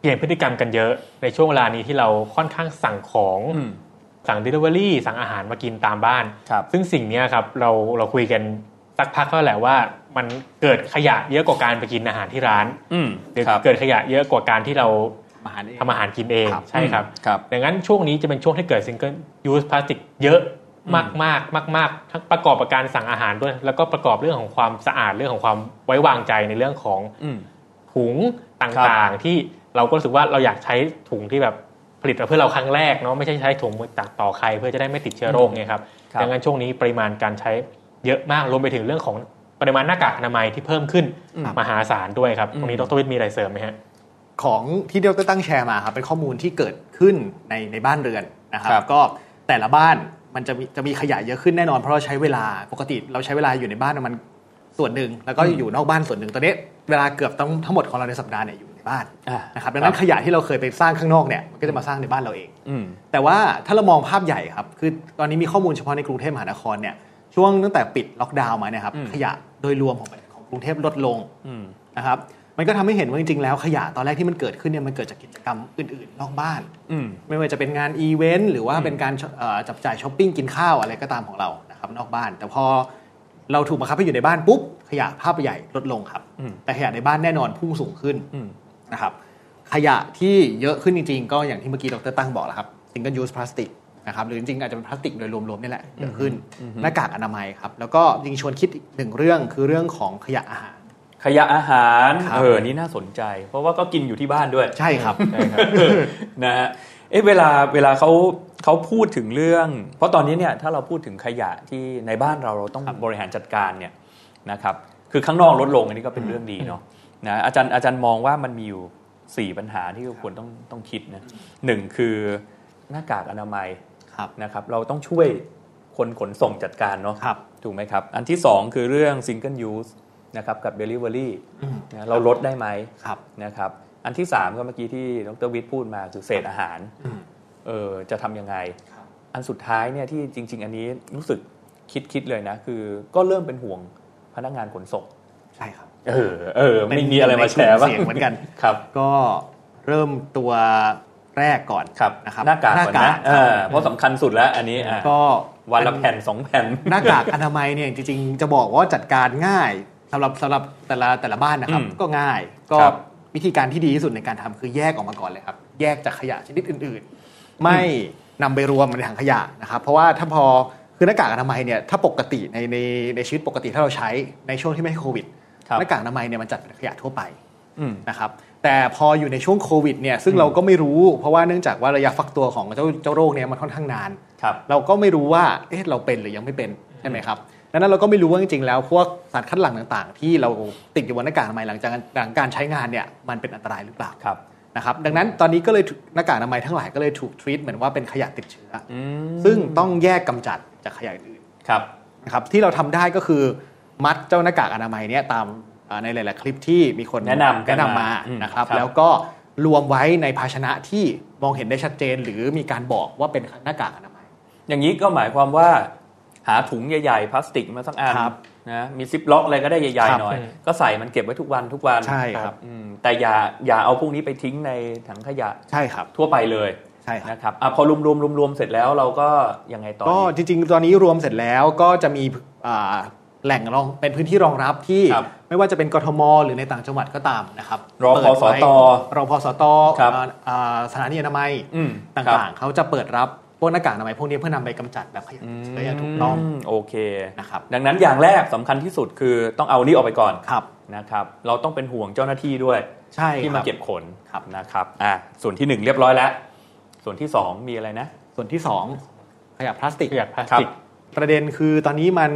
[SPEAKER 3] เปลี่ยนพฤติกรรมกันเยอะในช่วงเวลานี้ที่เราค่อนข้างสั่งของ
[SPEAKER 1] อืม
[SPEAKER 3] สั่ง Delivery สั่งอาหารมากินตามบ้าน
[SPEAKER 1] ครับ
[SPEAKER 3] ซึ่งสิ่งเนี้ยครับเราเราคุยกันสักพักแล้วแหละว่ามันเกิดขยะเยอะกว่าการไปกินอาหารที่ร้าน
[SPEAKER 1] อืม
[SPEAKER 3] หรือ
[SPEAKER 1] ครับ
[SPEAKER 3] เกิดขยะเยอะกว่าการที่เรา
[SPEAKER 2] อาหารเอง
[SPEAKER 3] ทำอาหารกินเอง
[SPEAKER 2] ครับ
[SPEAKER 3] ใช่ครับ
[SPEAKER 1] ครับ
[SPEAKER 3] ดังนั้นช่วงนี้จะเป็นช่วงที่เกิดซิงเกิลยูสพลาสติกเยอะมากมากมากมากๆทั้งประกอบกับการสั่งอาหารด้วย แล้วก็ประกอบเรื่องของความสะอาดเรื่องของความไว้วางใจในเรื่องของ
[SPEAKER 1] อืม
[SPEAKER 3] ถุงต่างๆ ที่เราก็รู้สึกว่าเราอยากใช้ถุงที่แบบผลิตมาเพื่อเราครั้งแรกเนาะไม่ใช่ใช้ถุงจากต่อใครเพื่อจะได้ไม่ติดเชื้อโรคไงครับ
[SPEAKER 1] ครับ
[SPEAKER 3] ดังนั้นช่วงนี้ปริมาณการใช้เยอะมากรวมไปถึงเรื่องของปริมาณหน้ากากอนามัยที่เพิ่มขึ้นมหาศาลด้วยครับตรงนี้ดรวิทย์มีอะไรเสริมไหมฮะ
[SPEAKER 2] ของที่เดลต้าตั้งแชร์มาครับเป็นข้อมูลที่เกิดขึ้นในในบ้านเรือนนะครับ
[SPEAKER 1] ครับ
[SPEAKER 2] ก็แต่ละบ้านมันจะมีจะมีขยะเยอะขึ้นแน่นอนเพราะเราใช้เวลาปกติเราใช้เวลาอยู่ในบ้านมันส่วนหนึ่งแล้วก็อยู่นอกบ้านส่วนหนึ่งตอนนี้เวลาเกือบทั้งทั้งหมดของเราในสัปดาห์เนี่ยอยู่ใน บ้าน
[SPEAKER 1] อ่า
[SPEAKER 2] นะครับดังนั้นขยะที่เราเคยไปสร้างข้างนอกเนี่ยมันก็จะมาสร้างในบ้านเราเอง
[SPEAKER 1] อืม
[SPEAKER 2] แต่ว่าถ้าเรามองภาพใหญ่ครับ คือตอนนี้มีข้อมูลเฉพาะในกรุงเทพมหานครเนี่ยช่วงตั้งแต่ปิดล็อกดาวน์มาเนี่ยครับ
[SPEAKER 1] อืม
[SPEAKER 2] ขยะโดยรวมของของกรุงเทพลดลง
[SPEAKER 1] อืม
[SPEAKER 2] นะครับมันก็ทำให้เห็นว่าจริงๆแล้วขยะตอนแรกที่มันเกิดขึ้นเนี่ยมันเกิดจากกิจกรรมอื่นๆนอกบ้าน
[SPEAKER 1] อืม
[SPEAKER 2] ไม่ว่าจะเป็นงานอีเวนต์หรือว่าเป็นการชเอ่อจับจ่ายช้อปปิ้งกินข้าวอะไรก็ตามของเรานะครับนอกบ้าน แต่พอเราถูกบังคับให้อยู่ในบ้านปุ๊บขยะภาพใหญ่ลดลงครับ
[SPEAKER 1] อืม
[SPEAKER 2] แต่ขยะในบ้านแน่นอนพุ่งสูงขึ้น
[SPEAKER 1] อืม
[SPEAKER 2] นะครับขยะที่เยอะขึ้นจริง ๆ ก็อย่างที่เมื่อกี้ดรตั้งบอกแล้วครับ single use plastic นะครับหรือจริงๆอาจจะเป็นพลาสติกโดยรวมๆนี่แหละเยอะขึ้นหน้ากากอนามัยครับแล้วก็ยิงชวนคิดอีกหนึ่งเรื่องคือเรื่องของขยะอาหาร
[SPEAKER 1] ขยะอาหาร
[SPEAKER 2] ครับ
[SPEAKER 1] เออนี่น่าสนใจ เพราะว่าก็กินอยู่ที่บ้านด้วย
[SPEAKER 2] ใช่ครับ
[SPEAKER 3] ใช่ครับ
[SPEAKER 1] นะฮะเอ๊ะเวลาเวลาเขาเขาพูดถึงเรื่อง เพราะตอนนี้เนี่ยถ้าเราพูดถึงขยะที่ในบ้านเราเราต้องบริหารจัดการเนี่ยนะครับคือข้างนอกลดลงอันนี้ก็เป็นเรื่องดีเนาะนะอาจารย์อาจารย์มองว่ามันมีอยู่สี่ปัญหาที่ควรต้องต้องคิดนะหนึ่งคือหน้ากากอนามัย
[SPEAKER 2] ครับ
[SPEAKER 1] นะครับเราต้องช่วยคนขนส่งจัดการเนาะ
[SPEAKER 2] ครับ
[SPEAKER 1] ถูกไหมครับ อันที่สองคือเรื่อง Single Use นะครับกับ Delivery
[SPEAKER 2] อืม
[SPEAKER 1] นะเราลดได้ไหม
[SPEAKER 2] ครับ
[SPEAKER 1] นะครับอันที่ 3 ก็เมื่อกี้ที่ดรวิทย์พูดมาคือเศษอาหาร
[SPEAKER 2] อืม
[SPEAKER 1] เออจะทำยังไง
[SPEAKER 2] ครับ
[SPEAKER 1] อันสุดท้ายเนี่ยที่จริง ๆ อันนี้รู้สึกคิดคิดเลยนะ คือก็เริ่มเป็นห่วงพนักงานขนส่ง
[SPEAKER 2] ใช่ครับ
[SPEAKER 1] เออเออไม่มีอะไรมาแชร์
[SPEAKER 2] เป็น
[SPEAKER 1] บ้าง
[SPEAKER 2] เสียงเหมือนกัน
[SPEAKER 1] ครับ
[SPEAKER 2] ก็เริ่มตัวแรกก่อน
[SPEAKER 1] ครับ
[SPEAKER 2] นะครับ
[SPEAKER 1] หน้ากาก
[SPEAKER 2] หน้า
[SPEAKER 1] ก่อน
[SPEAKER 2] กา
[SPEAKER 1] นะ
[SPEAKER 2] ก
[SPEAKER 1] เออเพราะสำคัญสุดแล้วอันนี้อ่ะ
[SPEAKER 2] ก็
[SPEAKER 1] วันละแผ่นสองแผ่น
[SPEAKER 2] หน้ ากากอนามัยเนี่ยจริงๆ จะบอกว่าจัดการง่ายสำหรับสำหรับแต่ละแต่ละบ้านนะครับ
[SPEAKER 1] อืม
[SPEAKER 2] ก็ง่ายก็
[SPEAKER 1] ครับ
[SPEAKER 2] วิธีการที่ดีที่สุดในการทำคือแยกออกมาก่อนเลยครับ แยกจากขยะชนิดอื่นๆ ไม่นำไปรวมในถังขยะนะครับ เพราะว่าถ้าพอคือหน้ากากอนามัยเนี่ยถ้าปกติในในในชีวิตปกติถ้าเราใช้ในช่วงที่ไม่ใช่โควิด
[SPEAKER 1] ครับ
[SPEAKER 2] หน้ากากอนามัยเนี่ยมันจัดเป็นขยะทั่วไป
[SPEAKER 1] อืม
[SPEAKER 2] นะครับแต่พออยู่ในช่วงโควิดเนี่ยซึ่งเราก็ไม่รู้ เพราะว่าเนื่องจากว่าระยะฟักตัวของเจ้าเจ้าโรคเนี่ยมันค่อนข้างนาน
[SPEAKER 1] ครับ
[SPEAKER 2] เราก็ไม่รู้ว่าเอ๊ะเราเป็นหรือยังไม่เป็นใช่ไหมครับดังนั้นเราก็ไม่รู้ว่าจริงๆแล้วพวกสารคัดหลั่งต่างๆ ที่เราติดอยู่บนหน้ากากอนามัยหลังจากหลังการใช้งานเนี่ยมันเป็นอันตรายหรือเปล่า
[SPEAKER 1] ครับ
[SPEAKER 2] นะครับดังนั้นตอนนี้ก็เลยถูกหน้ากากอนามัยทั้งหลายก็เลยถูกทวีตเหมือนว่าเป็นขยะติดเชื้ออ
[SPEAKER 1] อืม
[SPEAKER 2] ซึ่งต้องแยกกำจัดจากขยะอื่น
[SPEAKER 1] ครับ
[SPEAKER 2] นะครับที่เราทำได้ก็คือมัดเจ้าหน้ากากอนามัยเนี่ยตามอ่าในหลาย ๆ คลิปที่มีคน
[SPEAKER 1] แนะนำกัน
[SPEAKER 2] แนะนำ
[SPEAKER 1] มา
[SPEAKER 2] มา
[SPEAKER 1] อืม
[SPEAKER 2] นะครับ
[SPEAKER 1] ครับ
[SPEAKER 2] แล้วก็รวมไว้ในภาชนะที่มองเห็นได้ชัดเจน หรือมีการบอกว่าเป็นหน้ากากอนามัย
[SPEAKER 1] อย่างนี้ก็หมายความว่า หาถุงใหญ่ ๆ พลาสติกมาสักอัน
[SPEAKER 2] ครับ
[SPEAKER 1] นะมีซิปล็อกอะไรก็ได้ใหญ่
[SPEAKER 2] ค
[SPEAKER 1] ๆ
[SPEAKER 2] รับ
[SPEAKER 1] หน่อย ก็ใส่มันเก็บไว้ทุกวันทุกวัน
[SPEAKER 2] ใช่ครับ
[SPEAKER 1] อืมแต่อย่าอย่าเอาพวกนี้ไปทิ้งในถังขยะ
[SPEAKER 2] ใช่ครับ
[SPEAKER 1] ทั่วไปเลย
[SPEAKER 2] ใช่ครับ
[SPEAKER 1] นะครับอ่ะพอรวมๆรวมๆเสร็จแล้วเราก็ยังไงต่อ
[SPEAKER 2] ก็
[SPEAKER 1] ดี
[SPEAKER 2] จริง ๆ ตอนนี้รวมเสร็จแล้วก็จะมีอ่าแหล่งรองเป็นพื้นที่รองรับที่
[SPEAKER 1] ครับ
[SPEAKER 2] ไม่ว่าจะเป็นกทม หรือในต่างจังหวัดก็ตามนะครับ
[SPEAKER 1] รอพสต
[SPEAKER 2] เปิดไว้รอพสต
[SPEAKER 1] ครับ
[SPEAKER 2] อ่าอ่าสถานีอนามัย
[SPEAKER 1] อืมครับ
[SPEAKER 2] ต่างๆ เขาจะเปิดรับพวกหน้ากากอนามัยพวกนี้เพื่อนำไปกำจัดแบบขยะติดเชื้ออย่างถูกต้อง
[SPEAKER 1] มโอเค
[SPEAKER 2] นะครับ
[SPEAKER 1] ดังนั้นอย่างแรกสำคัญที่สุดคือต้องเอานี่ออกไปก่อน
[SPEAKER 2] ครับ
[SPEAKER 1] นะครับเราต้องเป็นห่วงเจ้าหน้าที่ด้วย
[SPEAKER 2] ใช่
[SPEAKER 1] ที่
[SPEAKER 2] ค
[SPEAKER 1] มา
[SPEAKER 2] รับ
[SPEAKER 1] เก็บขน
[SPEAKER 2] ครับ
[SPEAKER 1] นะครับอ่ะส่วนที่หนึ่งเรียบร้อยแล้ว ส่วนที่สองมีอะไรนะ
[SPEAKER 2] ส่วนที่สองขยะพลาสติก
[SPEAKER 3] ขยะพลาสติก
[SPEAKER 2] ประเด็นคือตอนนี้มัน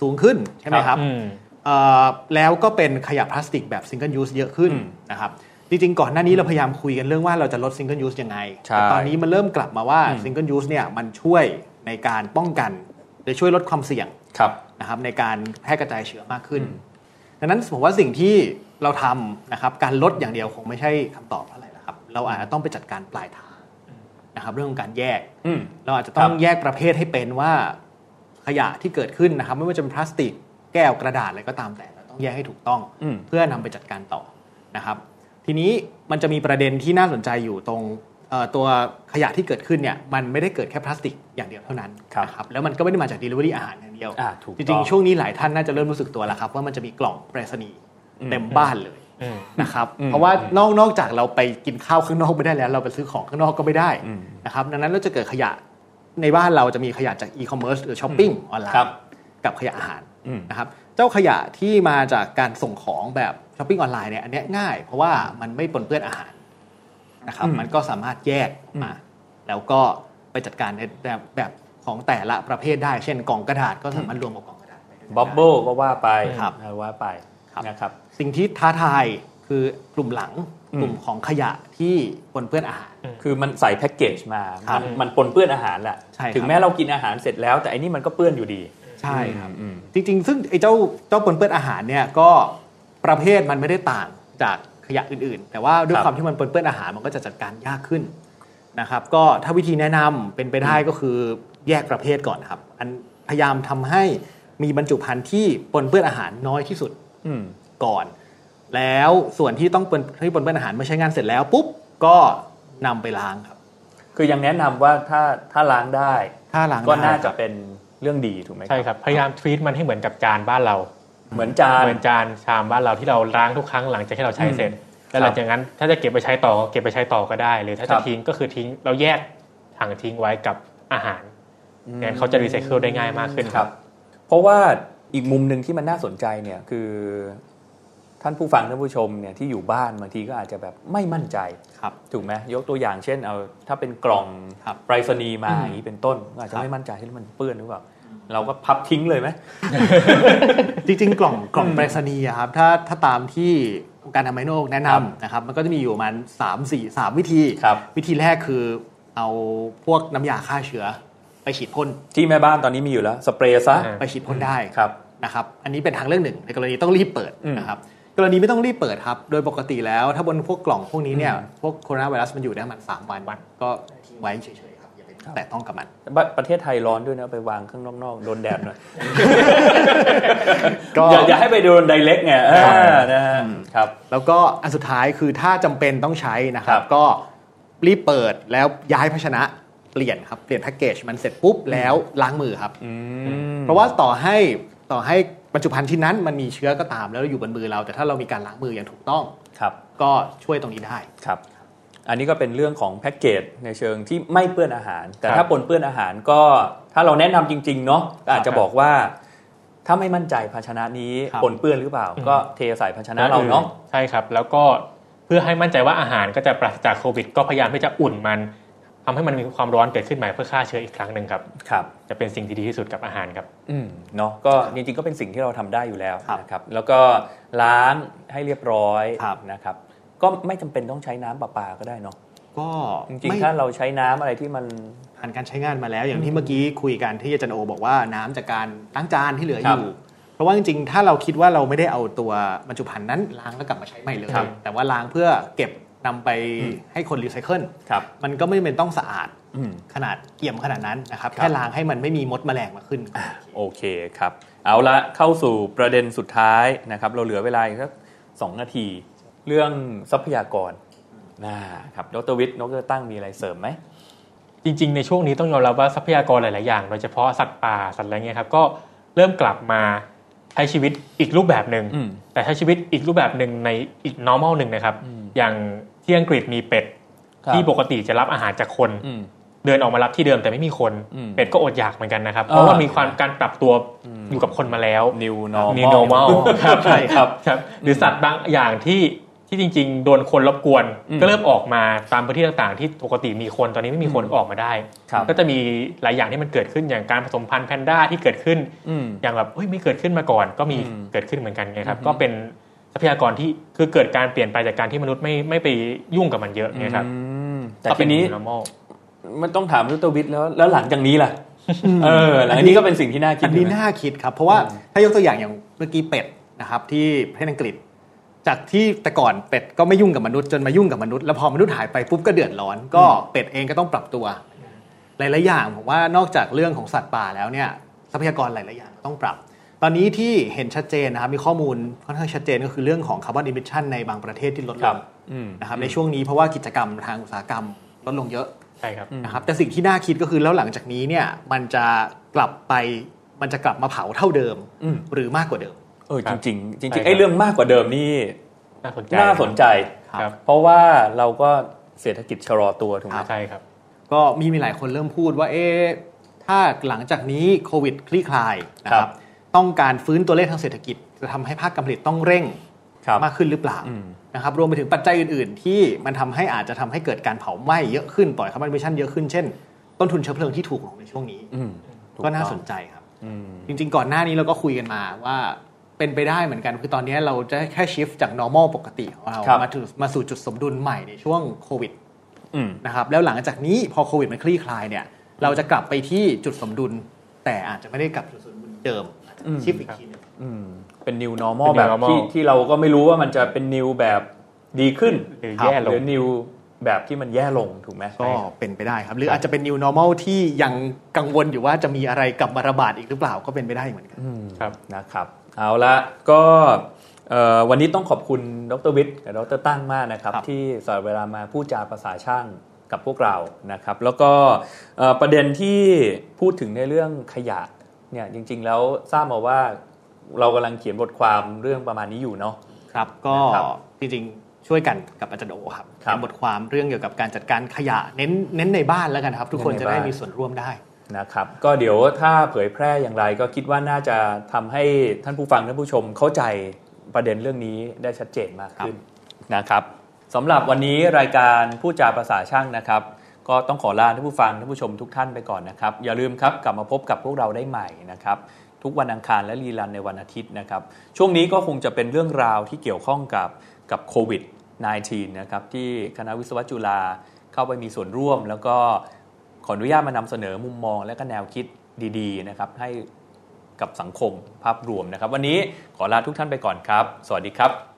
[SPEAKER 2] สูงขึ้นใช่ไหม
[SPEAKER 1] ค
[SPEAKER 2] ค
[SPEAKER 1] รั
[SPEAKER 2] รั
[SPEAKER 1] บบ
[SPEAKER 3] อืม
[SPEAKER 2] เอ่อแล้วก็เป็นขยะพลาสติกแบบซิงเกิลยูสเยอะขึ้น
[SPEAKER 1] อืม
[SPEAKER 2] นะครับจริงๆ ก่อนหน้านี้เราพยายามคุยกันเรื่องว่าเราจะลดซิงเกิลยูสยังไง
[SPEAKER 1] ใช่
[SPEAKER 2] แต่ตอนนี้มันเริ่มกลับมาว่า
[SPEAKER 1] อืม
[SPEAKER 2] ซิงเกิลยูสเนี่ยมันช่วยในการป้องกันหรือช่วยลดความเสี่ยง
[SPEAKER 1] ครับ
[SPEAKER 2] นะครับในการแพร่กระจายเชื้อมากขึ้น
[SPEAKER 1] อืม
[SPEAKER 2] ดังนั้นผมว่าสิ่งที่เราทำนะครับการลดอย่างเดียวคงไม่ใช่คำตอบเท่าไหร่นะครับ เราอาจจะต้องไปจัดการปลายทางนะครับเรื่องของการแยก
[SPEAKER 1] อืม
[SPEAKER 2] เราอาจจะต้อ
[SPEAKER 1] ค
[SPEAKER 2] ง
[SPEAKER 1] รับ
[SPEAKER 2] แยกประเภทให้เป็นว่าขยะที่เกิดขึ้นนะครับ ไม่ว่าจะเป็นพลาสติกแก้วกระดาษอะไรก็ตามแต่เราต้องแยกให้ถูกต้อง
[SPEAKER 1] อืม
[SPEAKER 2] เพื่อนำไปจัดการต่อนะครับ ทีนี้มันจะมีประเด็นที่น่าสนใจอยู่ตรงเอ่อตัวขยะที่เกิดขึ้นเนี่ยมันไม่ได้เกิดแค่พลาสติกอย่างเดียวเท่านั้นนะครับแล้วมันก็ไม่ได้มาจาก Delivery อาหารอย่างเดียว
[SPEAKER 1] อ่าถูก
[SPEAKER 2] จริ
[SPEAKER 1] ต้
[SPEAKER 2] ง
[SPEAKER 1] อง
[SPEAKER 2] ๆ ช่วงนี้หลายท่านน่าจะเริ่มรู้สึกตัวแล้วครับ ว่ามันจะมีกล่องไปรษณีย์เต็มบ้านเลย
[SPEAKER 3] อืม
[SPEAKER 2] นะครับ
[SPEAKER 1] อืม
[SPEAKER 2] เพราะว่านอกนอกจากเราไปกินข้าวข้างนอกไม่ได้แล้ว เราไปซื้อของข้างนอกก็ไม่ได้
[SPEAKER 1] อืม
[SPEAKER 2] นะครับดังนั้นเราจะเกิดขยะในบ้านเราจะมีขยะจากอีคอมเมิร์ซหรือช้อปปิ้งออนไล
[SPEAKER 1] ครับ
[SPEAKER 2] น์กับขยะอาหาร
[SPEAKER 1] อืม
[SPEAKER 2] นะครับเจ้าขยะที่มาจากการส่งของแบบช้อปปิ้งออนไลน์เนี่ยอันเนี้ยง่าย เพราะว่ามันไม่ปนเปื้อนอาหารนะครับมันก็สามารถแยกออกมา แล้วก็ไปจัดการในแบบแบบของแต่ละประเภทได้ เช่นกล่องกระดาษก็สามารถรวมกับกล่องกระดาษไปด้วยกัน
[SPEAKER 1] บับเบิลก็ว่าไป
[SPEAKER 2] ครับ
[SPEAKER 1] นะว่าไป
[SPEAKER 2] ครับ
[SPEAKER 1] นะครับ
[SPEAKER 2] สิ่งที่ท้าทายคือกลุ่มหลัง
[SPEAKER 1] อืม
[SPEAKER 2] กลุ่มของขยะที่ปนเปื้อนอาหาร
[SPEAKER 1] คือมันใส่แพ็กเกจมา
[SPEAKER 2] ครั
[SPEAKER 1] มั
[SPEAKER 2] บ
[SPEAKER 1] นมันปนเปื้อนอาหารแหละ
[SPEAKER 2] ใช่ครับ
[SPEAKER 1] ถึงแม้เรากินอาหารเสร็จแล้ว แต่อันนี้มันก็เปื้อนอยู่ดี
[SPEAKER 2] ใช่ครับ
[SPEAKER 1] อืม
[SPEAKER 2] จริงๆ ซึ่งไอ้เจ้าเจ้าปนเปื้อนอาหารเนี่ยก็ประเภทมันไม่ได้ต่างจากข ยะอื่นๆ แต่ว่าด้วย
[SPEAKER 1] ครับ
[SPEAKER 2] ความที่มันเปื้อนๆอาหารมันก็จะจัดการยากขึ้นนะครับ ก็ถ้าวิธีแนะนำเป็นไปได้ก็คือแยกประเภทก่อนนะครับอันพยายามทำให้มีบรรจุภัณฑ์ที่ปนเปื้อนอาหารน้อยที่สุด
[SPEAKER 1] อืม
[SPEAKER 2] ก่อน แล้วส่วนที่ต้องปนที่ปนเปื้อนอาหารเมื่อใช้งานเสร็จแล้วปุ๊บก็นำไปล้างครับ
[SPEAKER 1] คือยังแนะนำว่าถ้าถ้าล้างได้
[SPEAKER 2] ถ้าล้าง
[SPEAKER 1] ก็น่า
[SPEAKER 2] ได้
[SPEAKER 1] จะเป็นเรื่องดีถูกไหม
[SPEAKER 3] ใช่ครับ พยายามทรีตมันให้เหมือนกับจานบ้านเรา
[SPEAKER 1] เหมือนจาน
[SPEAKER 3] เหมือนจานชามบ้านเราที่เราล้างทุกครั้งหลังจากที่เราใช้เสร็จ แล้วหลังจากนั้นถ้าจะเก็บไปใช้ต่อก็เก็บไปใช้ต่อก็ได้ หรือถ้า
[SPEAKER 1] ครั
[SPEAKER 3] จะ
[SPEAKER 1] บ
[SPEAKER 3] ทิ้งก็คือทิ้งเราแยกถังทิ้งไว้กับอาหารงั้นเขาจะรีไซเคิลได้ง่ายมากขึ้น
[SPEAKER 1] ครับ เพราะว่าอีกมุมหนึ่งที่มันน่าสนใจเนี่ยคือท่านผู้ฟังท่านผู้ชมเนี่ยที่อยู่บ้านบางทีก็อาจจะแบบไม่มั่นใจ
[SPEAKER 2] ครับ
[SPEAKER 1] ถูกไหมยกตัวอย่างเช่นเอาถ้าเป็นกล่อง
[SPEAKER 2] ครับ
[SPEAKER 1] ไปรษณีย์มาอย่างนี้เป็นต้นก็อาจจะ
[SPEAKER 2] ครับ
[SPEAKER 1] ไม่มั่นใจที่มันเปื้อนหรือเปล่าเราก็พับทิ้งเลยไหม
[SPEAKER 2] จริงๆ กล่องกล่องไปรษณีย์อะครับถ้าถ้าตามที่องค์การทำไมโนกแนะครับ นำนะครับมันก็จะมีอยู่ประมาณ3 4 3 วิธี
[SPEAKER 1] ครับ
[SPEAKER 2] วิธีแรกคือเอาพวกน้ำยาฆ่าเชื้อไปฉีดพ่น
[SPEAKER 1] ที่แม่บ้านตอนนี้มีอยู่แล้วสเปรย์ซะ
[SPEAKER 2] ไปฉีดพ่นได้
[SPEAKER 1] ครับ
[SPEAKER 2] นะครับ อันนี้เป็นทางเรื่องหนึ่งในกรณีต้องรีบเปิด
[SPEAKER 1] อืม
[SPEAKER 2] นะครับ กรณีไม่ต้องรีบเปิดครับ โดยปกติแล้วถ้าบนพวกกล่องพวกนี้เนี่ย พวกโคโรนาไวรัสมันอยู่ได้ประมันสามวัน ก็ทิ้งไว้เฉยๆครับ อย่าไป
[SPEAKER 1] ครับ
[SPEAKER 2] แตะต้องกับมัน
[SPEAKER 1] บประเทศไทยร้อนด้วยนะไปวางข้างนอกๆโดนแดดหน่อย
[SPEAKER 2] ก็
[SPEAKER 1] อย่าอย่าให้ไปโดนไดเรกไงอ่านะฮะครับ
[SPEAKER 2] แล้วก็อันสุดท้ายคือถ้าจำเป็นต้องใช้นะครั
[SPEAKER 1] ครับ บ
[SPEAKER 2] ก็รีบเปิดแล้วย้ายภาชนะเปลี่ยนครับ เปลี่ยนแพ็กเกจมันเสร็จปุ๊บแล้วล้างมือครับ เพราะว่าต่อให้ต่อให้บรรจุภัณฑ์ที่นั้นมันมีเชื้อก็ตามแล้วอยู่บนมือเรา แต่ถ้าเรามีการล้างมืออย่างถูกต้อง
[SPEAKER 1] ครับ
[SPEAKER 2] ก็ช่วยตรงนี้ได้
[SPEAKER 1] ครับ อันนี้ก็เป็นเรื่องของแพ็กเกจในเชิงที่ไม่เปื้อนอาหาร แต่ถ้าปนเปื้อนอาหารก็ถ้าเราแนะนำจริงๆเนาะก็อาจจะบอกว่า ถ้าไม่มั่นใจภาชนะนี้
[SPEAKER 2] ครับ
[SPEAKER 1] ปนเปื้อนหรือเปล่า ก็เทใส่ภาชนะเราเนาะ
[SPEAKER 3] ใช่ครับ แล้วก็เพื่อให้มั่นใจว่าอาหารก็จะปราศจากโควิด ก็พยายามที่จะอุ่นมันทำให้มันมีความร้อนเกิดขึ้นใหม่เพื่อฆ่าเชื้ออีกครั้งหนึ่งครับ
[SPEAKER 1] ครับ
[SPEAKER 3] จะเป็นสิ่งที่ดีที่สุดกับอาหารครับ
[SPEAKER 1] อืมเนาะก็จริงๆก็เป็นสิ่งที่เราทำได้อยู่แล้ว
[SPEAKER 2] ครับ
[SPEAKER 1] นะครับ แล้วก็ล้างให้เรียบร้อย
[SPEAKER 2] ครับ
[SPEAKER 1] นะครับ ก็ไม่จำเป็นต้องใช้น้ำประปาก็ได้เนาะ
[SPEAKER 2] ก็
[SPEAKER 1] จริง
[SPEAKER 2] ไม่
[SPEAKER 1] ๆถ้าเราใช้น้ำอะไรที่มัน
[SPEAKER 2] ผ่านการใช้งานมาแล้วอย่างที่เมื่อกี้คุยกันที่อาจารย์โอบอกว่าน้ำจากการล้างจานที่เหลืออ
[SPEAKER 1] ครับ
[SPEAKER 2] ยู่ เพราะว่าจริงๆ ถ้าเราคิดว่าเราไม่ได้เอาตัวบรรจุภัณฑ์นั้นล้างแล้วกลับมาใช้ใหม่เลย
[SPEAKER 1] ครับ
[SPEAKER 2] แต่ว่าล้างเพื่อเก็บนำไปให้คนรีไซเคิล
[SPEAKER 1] ครับ
[SPEAKER 2] มันก็ไม่จำเป็นต้องสะอาด
[SPEAKER 1] อืม
[SPEAKER 2] ขนาดเกี่ยมขนาดนั้นนะครับ
[SPEAKER 1] ครับ
[SPEAKER 2] แค่ล้างให้มันไม่มีมดแมลงมาขึ้น
[SPEAKER 1] โอเคครับ เอาละเข้าสู่ประเด็นสุดท้ายนะครับ เราเหลือเวลาอีกสักสองนาที เรื่องทรัพยากรนะครับดรวิทย์นกเกอร์ตั้งมีอะไรเสริมไหม
[SPEAKER 3] จริงๆ ในช่วงนี้ต้องยอมรับว่าทรัพยากรหลาย ๆ อย่าง โดยเฉพาะสัตว์ป่าสัตว์อะไรเงี้ยครับก็เริ่มกลับมาใช้ชีวิตอีกรูปแบบหนึ่ง
[SPEAKER 1] อืม
[SPEAKER 3] แต่ใช้ชีวิตอีกรูปแบบหนึ่งในอีก normal หนึ่งนะครับ
[SPEAKER 1] อืม
[SPEAKER 3] อย่างที่อังกฤษมีเป็ด
[SPEAKER 1] ครับ
[SPEAKER 3] ที่ปกติจะรับอาหารจากคน
[SPEAKER 1] อืม
[SPEAKER 3] เดินออกมารับที่เดิมแต่ไม่มีคน
[SPEAKER 1] อืม
[SPEAKER 3] เป็ดก็อดอยากเหมือนกันนะครับ
[SPEAKER 1] อ่า
[SPEAKER 3] เพราะว่ามีความการปรับตัวอยู่กับคนมาแล้ว
[SPEAKER 1] new normal
[SPEAKER 3] new normal
[SPEAKER 1] ครับใช่ครับ
[SPEAKER 3] ครับหรือสัตว์บางอย่างที่ที่จริง ๆ โดนคนรบกวน
[SPEAKER 1] อืม
[SPEAKER 3] ก็เริ่มออกมาตามพื้นที่ต่างๆ ที่ปกติมีคนตอนนี้ไม่มีคน
[SPEAKER 1] อืม
[SPEAKER 3] ออกมาได้
[SPEAKER 1] ครับ
[SPEAKER 3] ก็จะมีหลายอย่างที่มันเกิดขึ้นอย่างการผสมพันธุ์แพนด้าที่เกิดขึ้น
[SPEAKER 1] อืม
[SPEAKER 3] อย่างแบบเฮ้ยไม่เกิดขึ้นมาก่อน ก็มี
[SPEAKER 1] อืม
[SPEAKER 3] เกิดขึ้นเหมือนกันไงครับ
[SPEAKER 1] อืม
[SPEAKER 3] ก็เป็นทรัพยากรที่คือเกิดการเปลี่ยนไปจากการที่มนุษย์ไม่ไม่ไปยุ่งกับมันเยอะไงครับ
[SPEAKER 1] อืมแต่
[SPEAKER 3] ก็เป็
[SPEAKER 1] ที
[SPEAKER 3] น
[SPEAKER 1] นี้
[SPEAKER 3] normal
[SPEAKER 1] มันต้องถามดรวิทย์แล้วแล้วหลังจากนี้ล่ะ เออหลัง
[SPEAKER 2] อั
[SPEAKER 1] จาก
[SPEAKER 2] นนี้
[SPEAKER 1] นี้ก็เป็นสิ่งที่น่าคิด
[SPEAKER 2] อันนี้
[SPEAKER 1] ถูกไหม
[SPEAKER 2] น่าคิดครับ เพราะว่าถ้ายกตัวอย่างอย่างเมื่อกี้เป็ดนะครับที่ประเทศอังกฤษ จากที่แต่ก่อนเป็ดก็ไม่ยุ่งกับมนุษย์จนมายุ่งกับมนุษย์แล้วพอมนุษย์หายไปปุ๊บก็เดือดร้อน ก็เป็ดเองก็ต้องปรับตัวหลายๆอย่างผมว่านอกจากเรื่องของสัตว์ป่าแล้วเนี่ยทรัพยากรหลายๆอย่างต้องปรับ ตอนนี้ที่เห็นชัดเจนนะครับมีข้อมูลค่อนข้างชัดเจนก็คือเรื่องของคาร์บอนอิมิชชันในบางประเทศที่ลด
[SPEAKER 1] ค
[SPEAKER 2] ล
[SPEAKER 1] รับ
[SPEAKER 2] ง
[SPEAKER 1] อืม
[SPEAKER 2] นะครับในช่วงนี้เพราะว่ากิจกรรมทางอุตสาหกรรมลดลงเยอะ
[SPEAKER 3] ใช่ครับ
[SPEAKER 2] นะครับแต่สิ่งที่น่าคิดก็คือแล้วหลังจากนี้เนี่ยมันจะกลับไปมันจะกลับมาเผาเท่าเดิม
[SPEAKER 1] อืม
[SPEAKER 2] หรือมากกว่าเดิม
[SPEAKER 1] เออ
[SPEAKER 3] ค
[SPEAKER 1] จ
[SPEAKER 3] รับ
[SPEAKER 1] ริงๆจริงๆ
[SPEAKER 3] ใช่ครับ
[SPEAKER 1] ไอ้เรื่องมากกว่าเดิมนี่
[SPEAKER 3] น่าสนใจ
[SPEAKER 1] น่าสนใจ
[SPEAKER 3] ครับ
[SPEAKER 1] เพราะว่าเราก็เศรษฐกิจชะลอตัวถูกไหม
[SPEAKER 3] ใช่ครับ
[SPEAKER 2] ก็มีมีหลายคนเริ่มพูดว่าเอ๊ะถ้าหลังจากนี้โควิดคลี่คลายนะ
[SPEAKER 1] ค
[SPEAKER 2] ค
[SPEAKER 1] รั
[SPEAKER 2] รับบ ต้องการฟื้นตัวเลขทางเศรษฐกิจ จะทำให้ภาคการผลิตต้องเร่ง
[SPEAKER 1] ครับ
[SPEAKER 2] มากขึ้นหรือเปล่า
[SPEAKER 1] อืม
[SPEAKER 2] นะครับรวมไปถึงปัจจัยอื่นๆ ที่มันทำให้อาจจะทำให้เกิดการเผาไหม้เยอะขึ้นปล่อยคาร์บอนมิชชั่นเยอะขึ้นเช่น ต้นทุนเชื้อเพลิงที่ถูกลงในช่วงนี้
[SPEAKER 1] อืมถู
[SPEAKER 2] ก็น่า
[SPEAKER 1] ต้อง
[SPEAKER 2] สนใจครับ
[SPEAKER 1] อืม
[SPEAKER 2] จริงๆ ก่อนหน้านี้เราก็คุยกันมาว่าเป็นไปได้เหมือนกันคือตอนนี้เราจะแค่ชิฟจาก normal ปกติของเรา
[SPEAKER 1] ครับ
[SPEAKER 2] มาถึงมาสู่จุดสมดุลใหม่ในช่วงโควิด
[SPEAKER 1] อืม
[SPEAKER 2] นะครับแล้วหลังจากนี้พอโควิดมันคลี่คลายเนี่ยเราจะกลับไปที่จุดสมดุล แต่อาจจะไม่ได้กลับจุดสมดุลเดิม
[SPEAKER 1] อืม
[SPEAKER 2] ชิฟอีกทีหนึง
[SPEAKER 1] อืมเป็น new normal
[SPEAKER 3] เป็น new
[SPEAKER 1] แบบที่
[SPEAKER 3] normal
[SPEAKER 1] ที่เราก็ไม่รู้ว่ามันจะเป็น new แบบ ดีขึ้น
[SPEAKER 3] หรือแย่ล
[SPEAKER 1] ห
[SPEAKER 3] ง
[SPEAKER 1] รือ new แบบที่มันแย่ลงถูกไหม
[SPEAKER 2] ก็เป็นไปได้ครับ หรืออาจจะเป็น new normal ที่ยังกังวลอยู่ว่าจะมีอะไรกลับมาระบาดอีกหรือเปล่าก็เป็นไปได้เหมือนกัน
[SPEAKER 3] ครับ
[SPEAKER 1] นะครับเอาละก็เอ่อวันนี้ต้องขอบคุณดรวิทย์กับดรตั้งมากนะครับ
[SPEAKER 2] ครับ
[SPEAKER 1] ที่สละเวลามาพูดจาภาษาช่างกับพวกเรานะครับ แล้วก็เอ่อประเด็นที่พูดถึงในเรื่องขยะเนี่ยจริง ๆ แล้วทราบมาว่าเรากำลังเขียนบทความเรื่องประมาณนี้อยู่เนาะ
[SPEAKER 2] ครับก็
[SPEAKER 1] นะครับ
[SPEAKER 2] จริงๆช่วยกันกับอาจารย์โอครับ
[SPEAKER 1] ครับ
[SPEAKER 2] เขียนบทความเรื่องเกี่ยวกับการจัดการขยะเน้นเน้นในบ้านแล้วกันครับ ทุกคนจะได้มีส่วนร่วมได้
[SPEAKER 1] นะครับก็เดี๋ยวถ้าเผยแพร่อย่างไรก็คิดว่าน่าจะทำให้ท่านผู้ฟังท่านผู้ชมเข้าใจประเด็นเรื่องนี้ได้ชัดเจนมากขึ้นนะครับสำหรับวันนี้รายการผู้จาภาษาช่างนะครับ ก็ต้องขอลาท่านผู้ฟังท่านผู้ชมทุกท่านไปก่อนนะครับ อย่าลืมครับกลับมาพบกับพวกเราได้ใหม่นะครับ ทุกวันอังคารและรีรันในวันอาทิตย์นะครับ ช่วงนี้ก็คงจะเป็นเรื่องราวที่เกี่ยวข้องกับกับโควิด -19 นะครับที่คณะวิศวะจุฬาเข้าไปมีส่วนร่วม แล้วก็ขออนุญาตมานำเสนอมุมมองและก็แนวคิดดีๆนะครับให้กับสังคมภาพรวมนะครับ วันนี้ขอลาทุกท่านไปก่อนครับ สวัสดีครับ